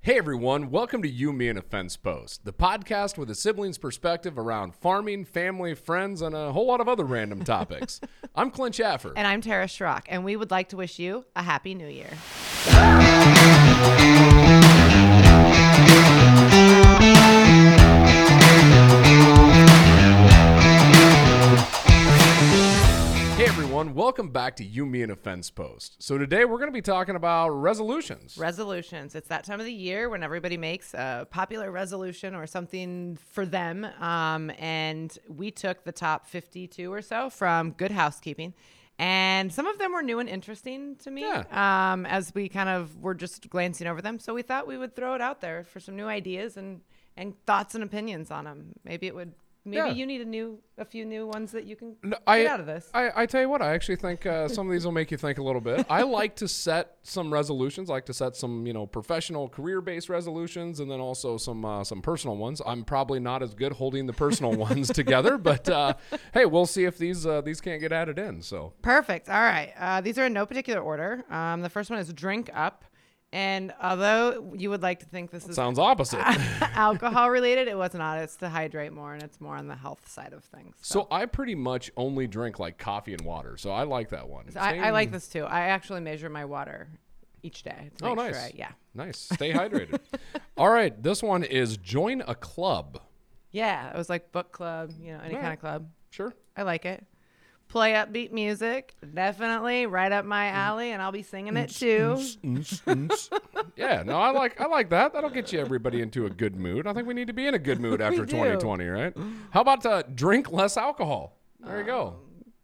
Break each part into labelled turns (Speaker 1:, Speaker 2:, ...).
Speaker 1: Hey everyone, welcome to You, Me, and a Fence Post, the podcast with a sibling's perspective around farming, family, friends, and a whole lot of other random topics. I'm Clint Schaffer.
Speaker 2: And I'm Tara Schrock, and we would like to wish you a happy new year.
Speaker 1: Hey everyone, welcome back to You, Me, and a Fence Post. So today we're going to be talking about resolutions.
Speaker 2: Resolutions. It's that time of the year when everybody makes a popular resolution or something for them. Um, and we took the top 52 or so from Good Housekeeping. And some of them were new and interesting to me
Speaker 1: Yeah.
Speaker 2: um, as we kind of were just glancing over them. So we thought we would throw it out there for some new ideas and, and thoughts and opinions on them. Maybe it would. Maybe
Speaker 1: Yeah.
Speaker 2: you need a new, a few new ones that you can
Speaker 1: No,
Speaker 2: get
Speaker 1: I,
Speaker 2: out of this.
Speaker 1: I, I tell you what, I actually think uh, some of these will make you think a little bit. I like to set some resolutions. I like to set some, you know, professional career-based resolutions, and then also some uh, some personal ones. I'm probably not as good holding the personal ones together, but uh, hey, we'll see if these uh, these can't get added in. So
Speaker 2: Perfect. All right. Uh, these are in no particular order. Um, the first one is drink up. And although you would like to think this is
Speaker 1: sounds opposite.
Speaker 2: alcohol related, it was not. It's to hydrate more and it's more on the health side of things. So,
Speaker 1: so I pretty much only drink like coffee and water. So I like that one.
Speaker 2: I, I
Speaker 1: Same-
Speaker 2: like this too. I actually measure my water each day. To
Speaker 1: Oh,
Speaker 2: make
Speaker 1: nice.
Speaker 2: Sure I, yeah.
Speaker 1: Nice. Stay hydrated. All right, this one is join a club.
Speaker 2: Yeah. It was like book club, you know, any
Speaker 1: All
Speaker 2: kind
Speaker 1: right.
Speaker 2: of club.
Speaker 1: Sure.
Speaker 2: I like it. Play upbeat music. Definitely right up
Speaker 1: Mm.
Speaker 2: my alley and I'll be singing it too.
Speaker 1: yeah, no, I like I like that. That'll get you everybody into a good mood. I think we need to be in a good mood after
Speaker 2: do.
Speaker 1: 2020, right? How about uh, drink less alcohol? There you
Speaker 2: Um,
Speaker 1: go.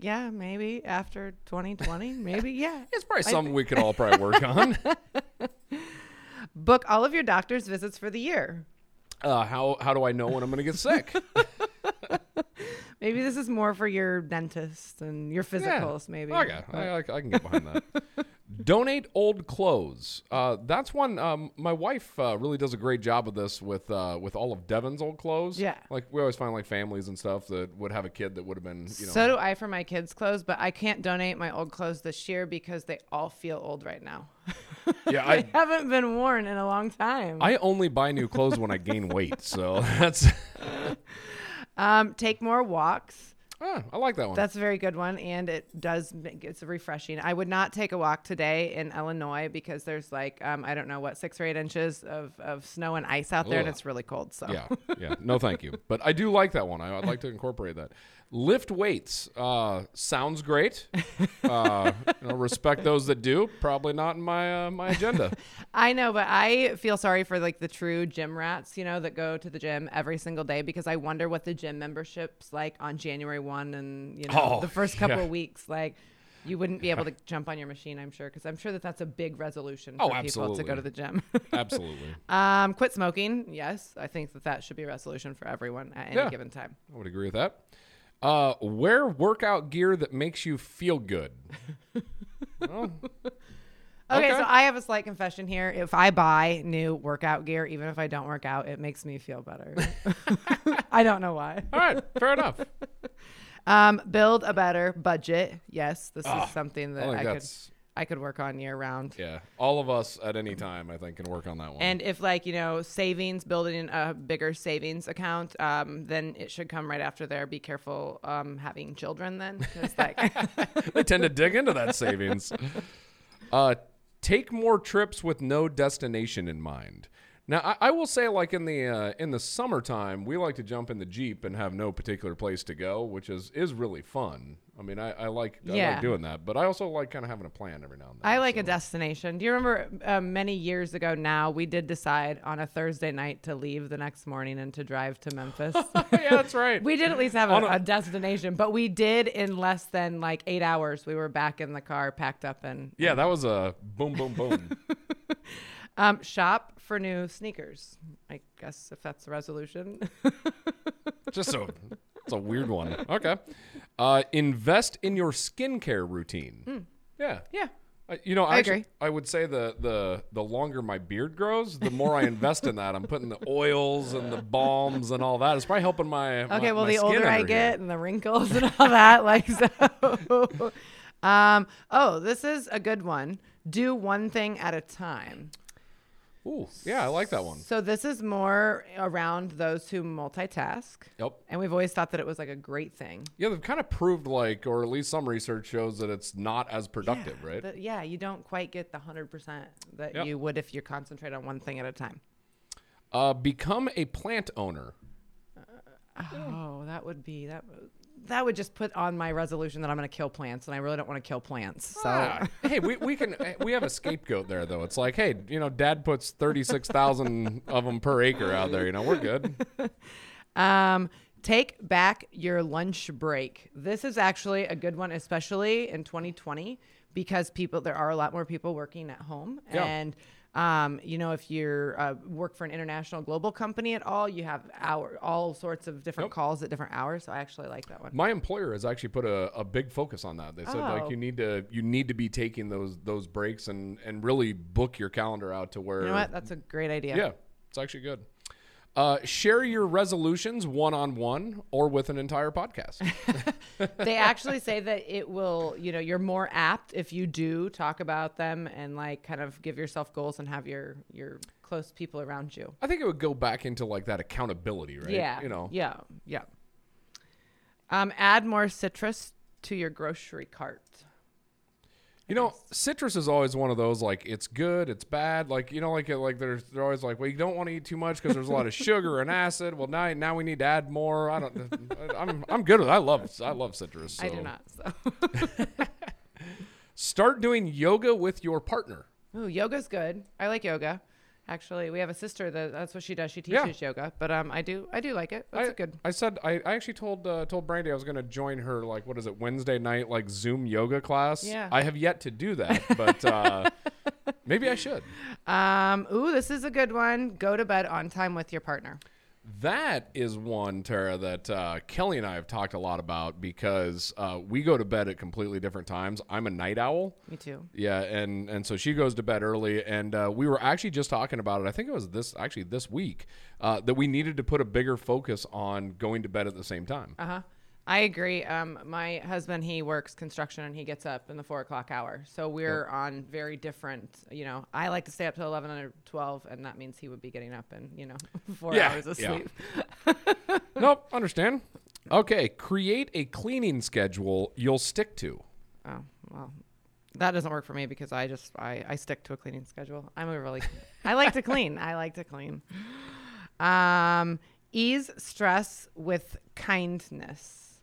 Speaker 2: Yeah. Maybe after 2020. Maybe. Yeah.
Speaker 1: It's probably something we could all probably work on.
Speaker 2: Book all of your doctor's visits for the year.
Speaker 1: Uh, how how do I know when I'm going to get sick?
Speaker 2: Maybe this is more for your dentist and your physicals, maybe.
Speaker 1: Okay, Oh, I, I, I can get behind that. Donate old clothes. Uh, that's one. Um, my wife uh, really does a great job of this with uh, with all of Devin's old clothes.
Speaker 2: Yeah.
Speaker 1: like we always find like families and stuff that would have a kid that would have been you know.
Speaker 2: So do I for my kids' clothes, but I can't donate my old clothes this year because they all feel old right now.
Speaker 1: yeah,
Speaker 2: I
Speaker 1: I,
Speaker 2: haven't been worn in a long time.
Speaker 1: I only buy new clothes when I gain weight, so that's.
Speaker 2: um, take more walks.
Speaker 1: Ah, I like that one.
Speaker 2: That's a very good one, and it does. make- It's refreshing. I would not take a walk today in Illinois because there's like um, I don't know what six or eight inches of, of snow and ice out there, and
Speaker 1: Ugh.
Speaker 2: it's really cold. So
Speaker 1: yeah, yeah. No, thank you. But I do like that one. I, I'd like to incorporate that. Lift weights uh, sounds great. Uh, you know, respect those that do. Probably not in my uh, my agenda.
Speaker 2: I know, but I feel sorry for like the true gym rats, you know, that go to the gym every single day because I wonder what the gym memberships like on January 1 and, you know,
Speaker 1: Oh,
Speaker 2: the first couple
Speaker 1: yeah.
Speaker 2: of weeks. Like, you wouldn't be able to jump on your machine, I'm sure, because I'm sure that that's a big resolution
Speaker 1: Oh,
Speaker 2: for people to
Speaker 1: absolutely.
Speaker 2: go to the gym.
Speaker 1: Absolutely,
Speaker 2: um, quit smoking. Yes. I think that that should be a resolution for everyone at any
Speaker 1: Yeah.
Speaker 2: given time.
Speaker 1: I would agree with that. Uh, wear workout gear that makes you feel good.
Speaker 2: Okay,
Speaker 1: Okay.
Speaker 2: so I have a slight confession here. If I buy new workout gear, even if I don't work out, it makes me feel better. I don't know why.
Speaker 1: All right, fair enough.
Speaker 2: Um, build a better budget. Yes, this
Speaker 1: Ah.
Speaker 2: is something
Speaker 1: I
Speaker 2: that
Speaker 1: think
Speaker 2: I, could
Speaker 1: that's
Speaker 2: I could work on year round.
Speaker 1: Oh yeah. All of us at any time, I think, can work on that one.
Speaker 2: And if like you know savings, building a bigger savings account, um, then it should come right after there. Be careful um, having children then, 'cause, like
Speaker 1: they tend to dig into that savings. Uh, take more trips with no destination in mind. Now, I, I will say, like in the uh, in the summertime, we like to jump in the jeep and have no particular place to go, which is is really fun. I mean, I, I like I like
Speaker 2: Yeah.
Speaker 1: doing that, but I also like kind of having a plan every now and then.
Speaker 2: I like a destination. Do you remember uh, many years ago? Now we did decide on a Thursday night to leave the next morning and to drive to Memphis.
Speaker 1: yeah, that's right.
Speaker 2: We did at least have a,
Speaker 1: On a-
Speaker 2: a destination, but we did in less than like eight hours. We were back in the car, packed up, and
Speaker 1: yeah, that was a boom, boom, boom.
Speaker 2: Um, shop for new sneakers. I guess if that's the resolution.
Speaker 1: Just so it's a weird one. Okay, uh, invest in your skincare routine.
Speaker 2: Hmm.
Speaker 1: Yeah,
Speaker 2: yeah.
Speaker 1: I- You know, I,
Speaker 2: I
Speaker 1: actu-
Speaker 2: agree.
Speaker 1: I would say the, the the longer my beard grows, the more I invest in that. I'm putting the oils and the balms and all that. It's probably helping my. my-
Speaker 2: Okay. well,
Speaker 1: my
Speaker 2: the
Speaker 1: skin
Speaker 2: older
Speaker 1: over
Speaker 2: I
Speaker 1: here.
Speaker 2: get and the wrinkles and all that, like so. um. Oh, this is a good one. Do one thing at a time.
Speaker 1: Ooh, yeah, I like that one.
Speaker 2: So this is more around those who multitask.
Speaker 1: Yep.
Speaker 2: And we've always thought that it was like a great thing.
Speaker 1: Yeah, they've kind of proved like, or at least some research shows that it's not as productive,
Speaker 2: yeah,
Speaker 1: right?
Speaker 2: that- yeah, you don't quite get the 100% that
Speaker 1: Yep.
Speaker 2: you would if you concentrate on one thing at a time.
Speaker 1: uh, become a plant owner.
Speaker 2: Oh, that would be that. w- That would just put on my resolution that I'm going to kill plants, and I really don't want to kill plants. So
Speaker 1: Ah, hey, we, we can eh, we have a scapegoat there though. It's like, hey, you know, Dad puts thirty six thousand of them per acre out there. You know, we're good. Ah.
Speaker 2: Um, take back your lunch break. This is actually a good one, especially in 2020, because people there are a lot more people working at home,
Speaker 1: Yeah.
Speaker 2: and um, you know if you uh, work for an international global company at all, you have hour all sorts of different calls at different hours. So I actually like that one.
Speaker 1: My employer has actually put a, a big focus on that. They said
Speaker 2: Oh.
Speaker 1: like you need to you need to be taking those those breaks and and really book your calendar out to where
Speaker 2: You know what? That's a great idea.
Speaker 1: yeah, it's actually good. Uh, share your resolutions one on one or with an entire podcast.
Speaker 2: they actually say that it will, you know, you're more apt if you do talk about them and like kind of give yourself goals and have your your close people around you.
Speaker 1: I think it would go back into like that accountability, right?
Speaker 2: Yeah.
Speaker 1: You know.
Speaker 2: Yeah. Yeah. Um, add more citrus to your grocery cart.
Speaker 1: You know, citrus is always one of those like it's good, it's bad. Like you know, like uh, like there's they're always like, well, you don't want to eat too much because there's a lot of sugar and acid. Well, now now we need to add more. I don't. I'm I'm good with. It. I love I love citrus.
Speaker 2: I do
Speaker 1: so.
Speaker 2: not. So,
Speaker 1: Start doing yoga with your partner.
Speaker 2: ooh, yoga's good. I like yoga. Actually, we have a sister that that's what she does. She teaches yoga, but um, I do I do like it. That's
Speaker 1: I,
Speaker 2: a good.
Speaker 1: I said I, I actually told uh, told Brandy I was going to join her like what is it Wednesday night like Zoom yoga class.
Speaker 2: Yeah.
Speaker 1: I have yet to do that, but uh, maybe I should.
Speaker 2: Um, ooh, this is a good one. Go to bed on time with your partner.
Speaker 1: That is one, Tara, that uh, Kelly and I have talked a lot about because uh, we go to bed at completely different times. I'm a night owl.
Speaker 2: Me too.
Speaker 1: Yeah, and and so she goes to bed early, and uh, we were actually just talking about it. I think it was this actually this week uh, that we needed to put a bigger focus on going to bed at the same time.
Speaker 2: Uh huh. I agree. Um, my husband, he works construction and he gets up in the four o'clock hour. So we're on very different, you know, I like to stay up till 11 or 12 and that means he would be getting up and, you know, four
Speaker 1: Yeah,
Speaker 2: hours of
Speaker 1: yeah.
Speaker 2: sleep.
Speaker 1: nope, understand. Okay, create a cleaning schedule you'll stick to.
Speaker 2: Oh, well, that doesn't work for me because I just, I, I stick to a cleaning schedule. I'm a really, I like to clean. I like to clean. Um, ease stress with kindness.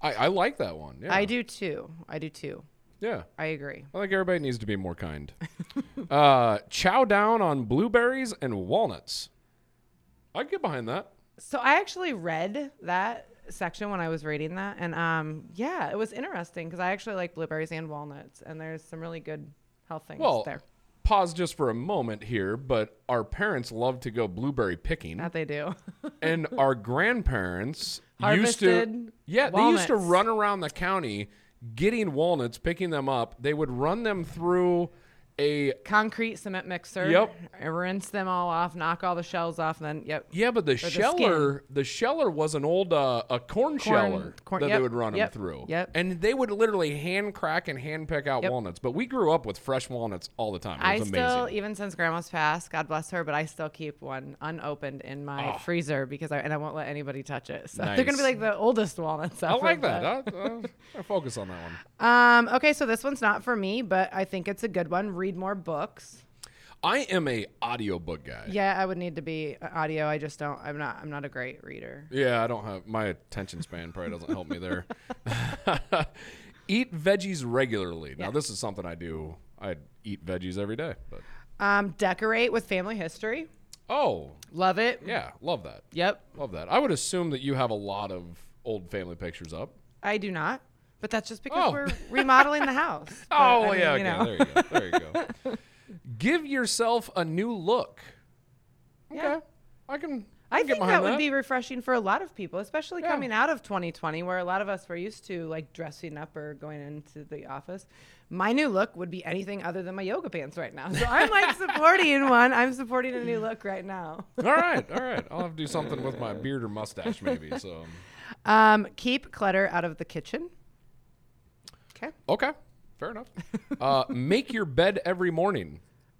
Speaker 1: I, I like that one. Yeah,
Speaker 2: I do too. I do too.
Speaker 1: yeah.
Speaker 2: I agree.
Speaker 1: I think everybody needs to be more kind. uh, chow down on blueberries and walnuts. I'd get behind that.
Speaker 2: So I actually read that section when I was reading that, and um, yeah, it was interesting because I actually like blueberries and walnuts, and there's some really good health things
Speaker 1: Well,
Speaker 2: there
Speaker 1: pause just for a moment here, but our parents love to go blueberry picking,
Speaker 2: that they do.
Speaker 1: and our grandparents used to
Speaker 2: Harvested
Speaker 1: yeah they used to
Speaker 2: walnuts.
Speaker 1: run around the county getting walnuts, picking them up. They would run them through a
Speaker 2: Concrete cement mixer.
Speaker 1: Yep.
Speaker 2: I rinse them all off, knock all the shells off, and then yep.
Speaker 1: Yeah, but the
Speaker 2: skin.
Speaker 1: sheller, the, sheller was an old uh, a corn, sheller
Speaker 2: corn-
Speaker 1: that they
Speaker 2: yep,
Speaker 1: would run
Speaker 2: yep,
Speaker 1: them through.
Speaker 2: yep.
Speaker 1: And they would literally hand crack and hand pick out
Speaker 2: Yep.
Speaker 1: walnuts. But we grew up with fresh walnuts all the time. It
Speaker 2: I
Speaker 1: was amazing.
Speaker 2: still, even since Grandma's passed, God bless her, but I still keep one unopened in my freezer because I and I won't let anybody touch it. So they're gonna
Speaker 1: Ah. Nice.
Speaker 2: be like the oldest walnuts.
Speaker 1: I like that. I, I, I focus on that one.
Speaker 2: Um, okay, so this one's not for me, but I think it's a good one. Read more books.
Speaker 1: I am a audiobook guy. Yeah.
Speaker 2: Yeah, I would need to be uh, audio. I just don't. I'm not. I'm not a great reader.
Speaker 1: I don't have my attention span probably doesn't help me there. eat veggies regularly. Now this is something I do. I eat veggies every day. But
Speaker 2: Um, decorate with family history.
Speaker 1: oh
Speaker 2: Love it.
Speaker 1: yeah, love that.
Speaker 2: Yep.
Speaker 1: Love that. I would assume that you have a lot of old family pictures up.
Speaker 2: I do not. But that's just because
Speaker 1: Oh.
Speaker 2: we're remodeling the house. But,
Speaker 1: Oh
Speaker 2: I mean,
Speaker 1: yeah,
Speaker 2: you know.
Speaker 1: okay. There you go. There you go. Give yourself a new look. Okay,
Speaker 2: Yeah.
Speaker 1: I can. I,
Speaker 2: I
Speaker 1: can get
Speaker 2: think
Speaker 1: behind
Speaker 2: that would be refreshing for a lot of people, especially
Speaker 1: Yeah.
Speaker 2: coming out of 2020, where a lot of us were used to like dressing up or going into the office. My new look would be anything other than my yoga pants right now. So I'm like supporting one. I'm supporting a new look right now.
Speaker 1: all right, all right. I'll have to do something with my beard or mustache, maybe. So
Speaker 2: Um, keep clutter out of the kitchen. Okay.
Speaker 1: okay, fair enough. Uh, make your bed every morning.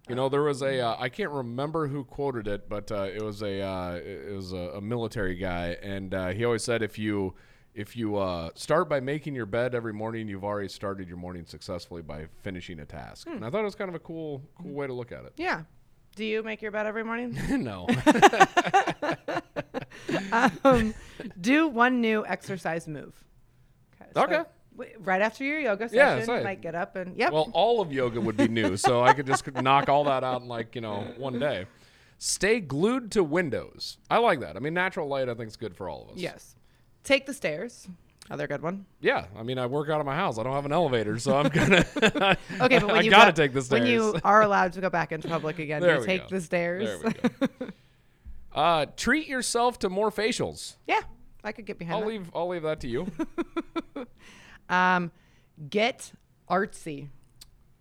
Speaker 1: You know, there was a uh, I can't remember who quoted it, but uh, it was a uh, it was a, a military guy, and uh, he always said if you if you uh, start by making your bed every morning, you've already started your morning successfully by finishing a task. And I thought it was kind of a cool cool way to look at it.
Speaker 2: Yeah. Do you make your bed every morning?
Speaker 1: no,
Speaker 2: um, do one new exercise move.
Speaker 1: Okay.
Speaker 2: w- right after your yoga session,
Speaker 1: Yeah, say.
Speaker 2: like get up and yep.
Speaker 1: well, all of yoga would be new, so I could just knock all that out in like you know one day. Stay glued to windows. I like that. I mean, natural light. I think is good for all of us.
Speaker 2: yes. Take the stairs. Another good one.
Speaker 1: Yeah, I mean, I work out of my house. I don't have an elevator, so I'm gonna.
Speaker 2: Okay, but when
Speaker 1: I
Speaker 2: you
Speaker 1: gotta
Speaker 2: go-
Speaker 1: take the stairs.
Speaker 2: When you are allowed to go back into public again,
Speaker 1: There
Speaker 2: you
Speaker 1: we
Speaker 2: take
Speaker 1: go.
Speaker 2: the stairs.
Speaker 1: There we go. uh, treat yourself to more facials.
Speaker 2: yeah, I could get behind
Speaker 1: I'll
Speaker 2: that.
Speaker 1: leave. I'll leave that to you.
Speaker 2: Um, get artsy.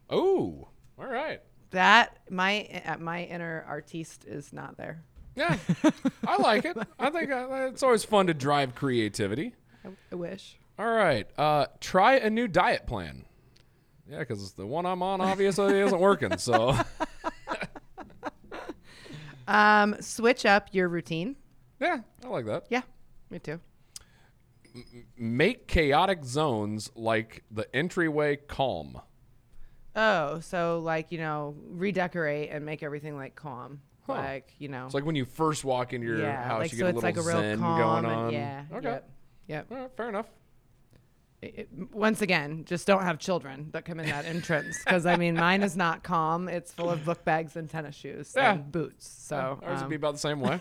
Speaker 1: oh, all right.
Speaker 2: That my uh, my inner artiste is not there.
Speaker 1: Yeah, I like it. I think I, it's always fun to drive creativity.
Speaker 2: I, I wish.
Speaker 1: All right. Uh, try a new diet plan. Yeah, because the one I'm on obviously isn't working. So
Speaker 2: Um, switch up your routine.
Speaker 1: yeah, I like that.
Speaker 2: Yeah, me too.
Speaker 1: Make chaotic zones like the entryway calm.
Speaker 2: Oh, so like you know, redecorate and make everything like calm,
Speaker 1: Huh.
Speaker 2: like you know,
Speaker 1: It's like when you first walk into your
Speaker 2: yeah,
Speaker 1: house,
Speaker 2: like
Speaker 1: you
Speaker 2: so
Speaker 1: get a
Speaker 2: it's
Speaker 1: little
Speaker 2: like a real
Speaker 1: zen
Speaker 2: calm
Speaker 1: going on.
Speaker 2: and yeah,
Speaker 1: Okay.
Speaker 2: yep, yep.
Speaker 1: All right, fair enough.
Speaker 2: It- it- once again, just don't have children that come in that entrance because I mean, mine is not calm. It's full of book bags and tennis shoes
Speaker 1: Yeah.
Speaker 2: and boots. So,
Speaker 1: Ours would
Speaker 2: um,
Speaker 1: be about the same way.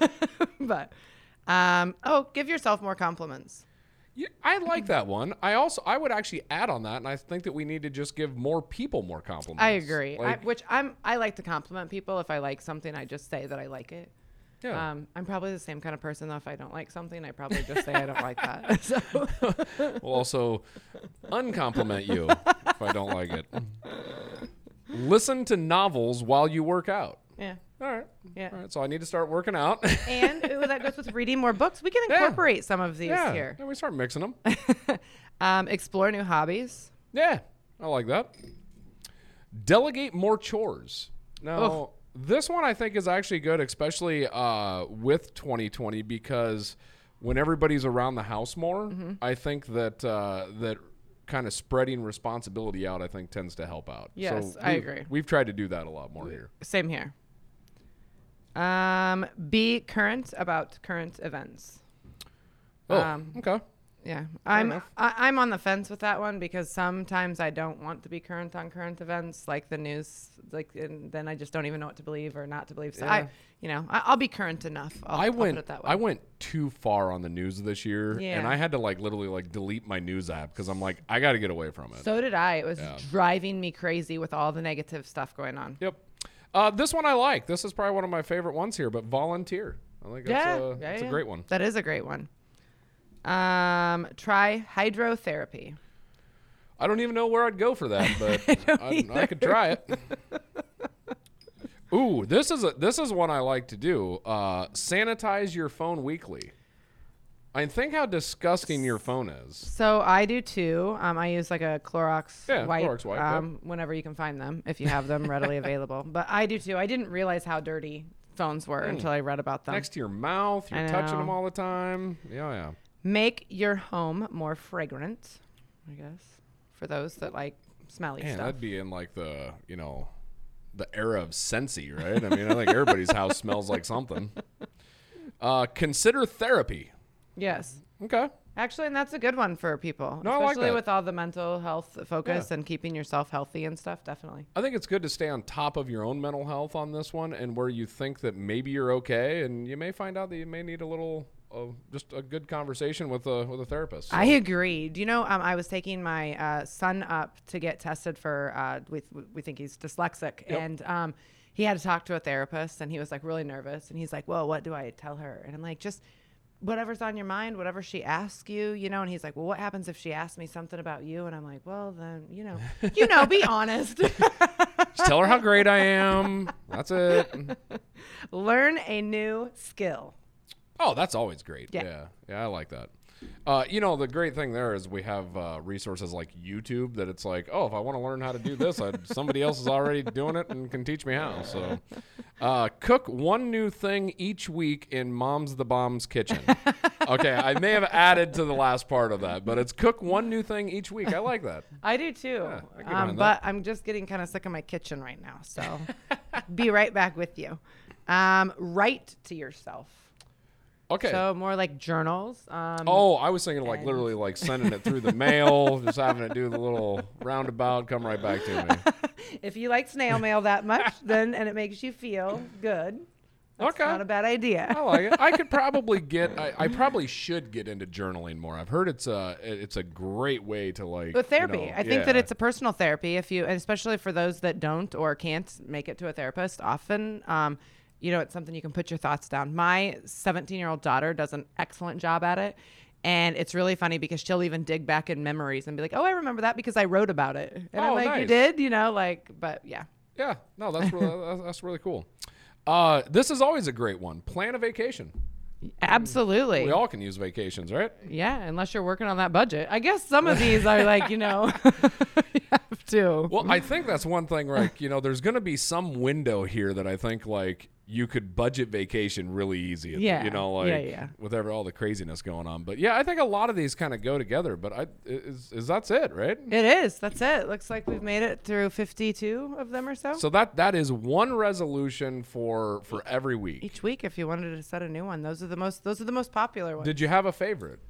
Speaker 2: but um, oh, give yourself more compliments.
Speaker 1: yeah, I like that one. I also I would actually add on that, and I think that we need to just give more people more compliments.
Speaker 2: I agree.
Speaker 1: Like,
Speaker 2: I, which I'm, I like to compliment people. If I like something, I just say that I like it.
Speaker 1: yeah.
Speaker 2: Um, I'm probably the same kind of person though. If I don't like something, I probably just say I don't like that. So,
Speaker 1: we'll also uncompliment you if I don't like it. Listen to novels while you work out.
Speaker 2: yeah,
Speaker 1: All right.
Speaker 2: yeah.
Speaker 1: All right. So I need to start working out.
Speaker 2: And ooh, that goes with reading more books. We can
Speaker 1: Yeah.
Speaker 2: incorporate some of these
Speaker 1: yeah.
Speaker 2: here.
Speaker 1: And we start mixing them.
Speaker 2: Um, explore new hobbies.
Speaker 1: Yeah, I like that. Delegate more chores. Now, this one I think is actually good, especially uh, with 2020, because when everybody's around the house more,
Speaker 2: Mm-hmm.
Speaker 1: I think that uh, that kind of spreading responsibility out, I think, tends to help out. So
Speaker 2: Yes, I
Speaker 1: we've-
Speaker 2: agree.
Speaker 1: We've tried to do that a lot more here.
Speaker 2: Same here. Um, be current about current events.
Speaker 1: Oh,
Speaker 2: Um,
Speaker 1: okay.
Speaker 2: Yeah, I'm
Speaker 1: enough.
Speaker 2: I, I'm on the fence with that one because sometimes I don't want to be current on current events, like the news, like and then I just don't even know what to believe or not to believe. So
Speaker 1: Yeah.
Speaker 2: I, you know, I, I'll be current enough. I'll,
Speaker 1: I
Speaker 2: I'll
Speaker 1: went.
Speaker 2: put it that way.
Speaker 1: I went too far on the news this year, and
Speaker 2: Yeah.
Speaker 1: I had to like literally like delete my news app because I'm like, I got to get away from it.
Speaker 2: so did I. It was driving me crazy with all the negative stuff going on.
Speaker 1: Yep. Uh, this one I like. This is probably one of my favorite ones here, but volunteer. I think that's,
Speaker 2: Yeah,
Speaker 1: a,
Speaker 2: yeah,
Speaker 1: that's
Speaker 2: yeah.
Speaker 1: a great one.
Speaker 2: That is a great one. Um, try hydrotherapy.
Speaker 1: I don't even know where I'd go for that, but I, I, could try it. Ooh, this is a this is one I like to do. Uh, sanitize your phone weekly. I think how disgusting your phone is.
Speaker 2: So I do too. Um, I use like a Clorox
Speaker 1: Yeah,
Speaker 2: wipe,
Speaker 1: Clorox wipe, yep.
Speaker 2: um, whenever you can find them, if you have them readily available. But I do too. I didn't realize how dirty phones were until I read about them.
Speaker 1: Hmm. Next to your mouth, you're
Speaker 2: I
Speaker 1: touching
Speaker 2: know.
Speaker 1: them all the time. Yeah, yeah.
Speaker 2: Make your home more fragrant, I guess, for those that like smelly
Speaker 1: Man,
Speaker 2: stuff.
Speaker 1: that'd be in like the you know, the era of Scentsy, right? I mean, I think everybody's house smells like something. Uh, consider therapy.
Speaker 2: Yes.
Speaker 1: Okay.
Speaker 2: Actually, and that's a good one for people,
Speaker 1: No, I like
Speaker 2: especially
Speaker 1: that.
Speaker 2: with all the mental health focus and keeping yourself healthy and stuff. Definitely.
Speaker 1: I think it's good to stay on top of your own mental health on this one and where you think that maybe you're okay and you may find out that you may need a little uh, just a good conversation with a with a therapist.
Speaker 2: I agree. Do you know? Um, I was taking my uh, son up to get tested for. Uh, we we think he's dyslexic, and um, he had to talk to a therapist, and he was like really nervous, and he's like, "Well, what do I tell her?" And I'm like, "Just whatever's on your mind, whatever she asks you, you know." And he's like, "Well, what happens if she asks me something about you?" And I'm like, "Well, then, you know, you know, be honest.
Speaker 1: Just tell her how great I am. That's it.
Speaker 2: Learn a new skill."
Speaker 1: Oh, that's always great. Yeah.
Speaker 2: Yeah.
Speaker 1: Yeah, I like that. Uh, you know, the great thing there is we have uh, resources like YouTube that it's like, oh, if I want to learn how to do this, I, somebody else is already doing it and can teach me how. So, uh, cook one new thing each week in Mom's the Bomb's kitchen. okay, I may have added to the last part of that, but it's cook one new thing each week. I like that.
Speaker 2: I do too.
Speaker 1: I can
Speaker 2: um,
Speaker 1: mind
Speaker 2: but
Speaker 1: that.
Speaker 2: I'm just getting kind of sick of my kitchen right now. So be right back with you. Um, write to yourself.
Speaker 1: Okay.
Speaker 2: So more like journals. Um,
Speaker 1: Oh, I was thinking like literally like sending it through the mail, just having it do the little roundabout, come right back to me.
Speaker 2: If you like snail mail that much, then and it makes you feel good. That's
Speaker 1: Okay. Oh,
Speaker 2: Not a bad idea.
Speaker 1: I like it. I could probably get. I, I probably should get into journaling more. I've heard it's a it's a great way to like
Speaker 2: With therapy,
Speaker 1: you know,
Speaker 2: I think that
Speaker 1: yeah.
Speaker 2: it's a personal therapy. If you, and especially for those that don't or can't make it to a therapist, often, um, you know, it's something you can put your thoughts down. My 17 year old daughter does an excellent job at it. And it's really funny because she'll even dig back in memories and be like, oh, I remember that because I wrote about it. And I'm
Speaker 1: Oh,
Speaker 2: like, you
Speaker 1: nice.
Speaker 2: did? You know, like, but yeah.
Speaker 1: yeah. No, that's really that's- that's really cool. Uh, this is always a great one. Plan a vacation.
Speaker 2: Absolutely.
Speaker 1: We all can use vacations, right?
Speaker 2: Yeah, unless you're working on that budget. I guess some of these are like, you know, you have to.
Speaker 1: Well, I think that's one thing. Like you know, there's going to be some window here that I think like you could budget vacation really easy.
Speaker 2: Yeah.
Speaker 1: you know, like
Speaker 2: Yeah, yeah.
Speaker 1: with every, all the craziness going on. But yeah, I think a lot of these kind of go together. But I is, is that's it, right?
Speaker 2: It is. That's it. Looks like we've made it through 52 of them or so.
Speaker 1: So that that is one resolution for for every week.
Speaker 2: Each week, if you wanted to set a new one, those are the most. Those are the most popular ones.
Speaker 1: Did you have a favorite?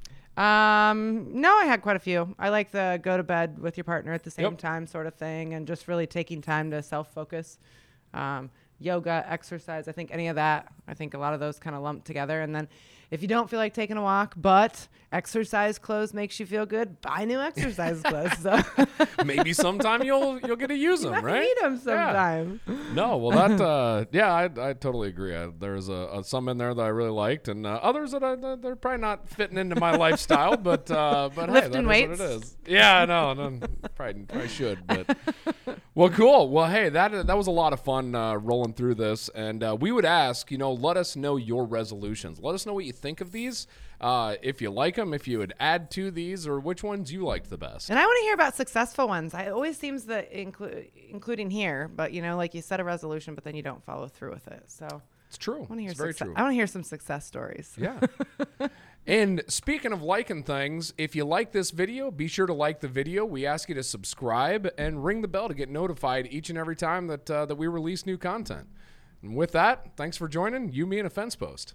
Speaker 2: Um, no, I had quite a few. I like the go to bed with your partner at the same
Speaker 1: Yep.
Speaker 2: time sort of thing, and just really taking time to self focus. Um, yoga, exercise. I think any of that. I think a lot of those kind of lump together. And then, if you don't feel like taking a walk, but exercise clothes makes you feel good, buy new exercise clothes. So
Speaker 1: Maybe sometime you'll you'll get to use them,
Speaker 2: I
Speaker 1: right?
Speaker 2: need them
Speaker 1: Yeah.
Speaker 2: sometime.
Speaker 1: No, well that uh, yeah, I, I totally agree. I, there's a, a some in there that I really liked, and uh, others that I, that- they're probably not fitting into my lifestyle. But uh, but hey,
Speaker 2: Lifting
Speaker 1: that is what it
Speaker 2: weights.
Speaker 1: is. Yeah, no, no, probably probably should. But well, cool. Well, hey, that that was a lot of fun uh, rolling through this, and uh, we would ask, you know, let us know your resolutions. Let us know what you think of these. Uh, if you like them, if you would add to these, or which ones you liked the best.
Speaker 2: And I want to hear about successful ones. I it always seems that inclu- including here, but you know, like you set a resolution, but then you don't follow through with it. So I
Speaker 1: It's true.
Speaker 2: want to hear.
Speaker 1: it's very
Speaker 2: success-
Speaker 1: true.
Speaker 2: I want to hear some success stories.
Speaker 1: Yeah. and speaking of liking things, if you like this video, be sure to like the video. We ask you to subscribe and ring the bell to get notified each and every time that uh, that we release new content. And with that, thanks for joining you, me, and a fence post.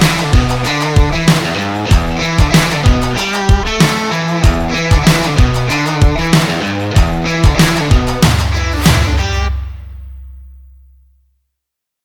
Speaker 1: New Year.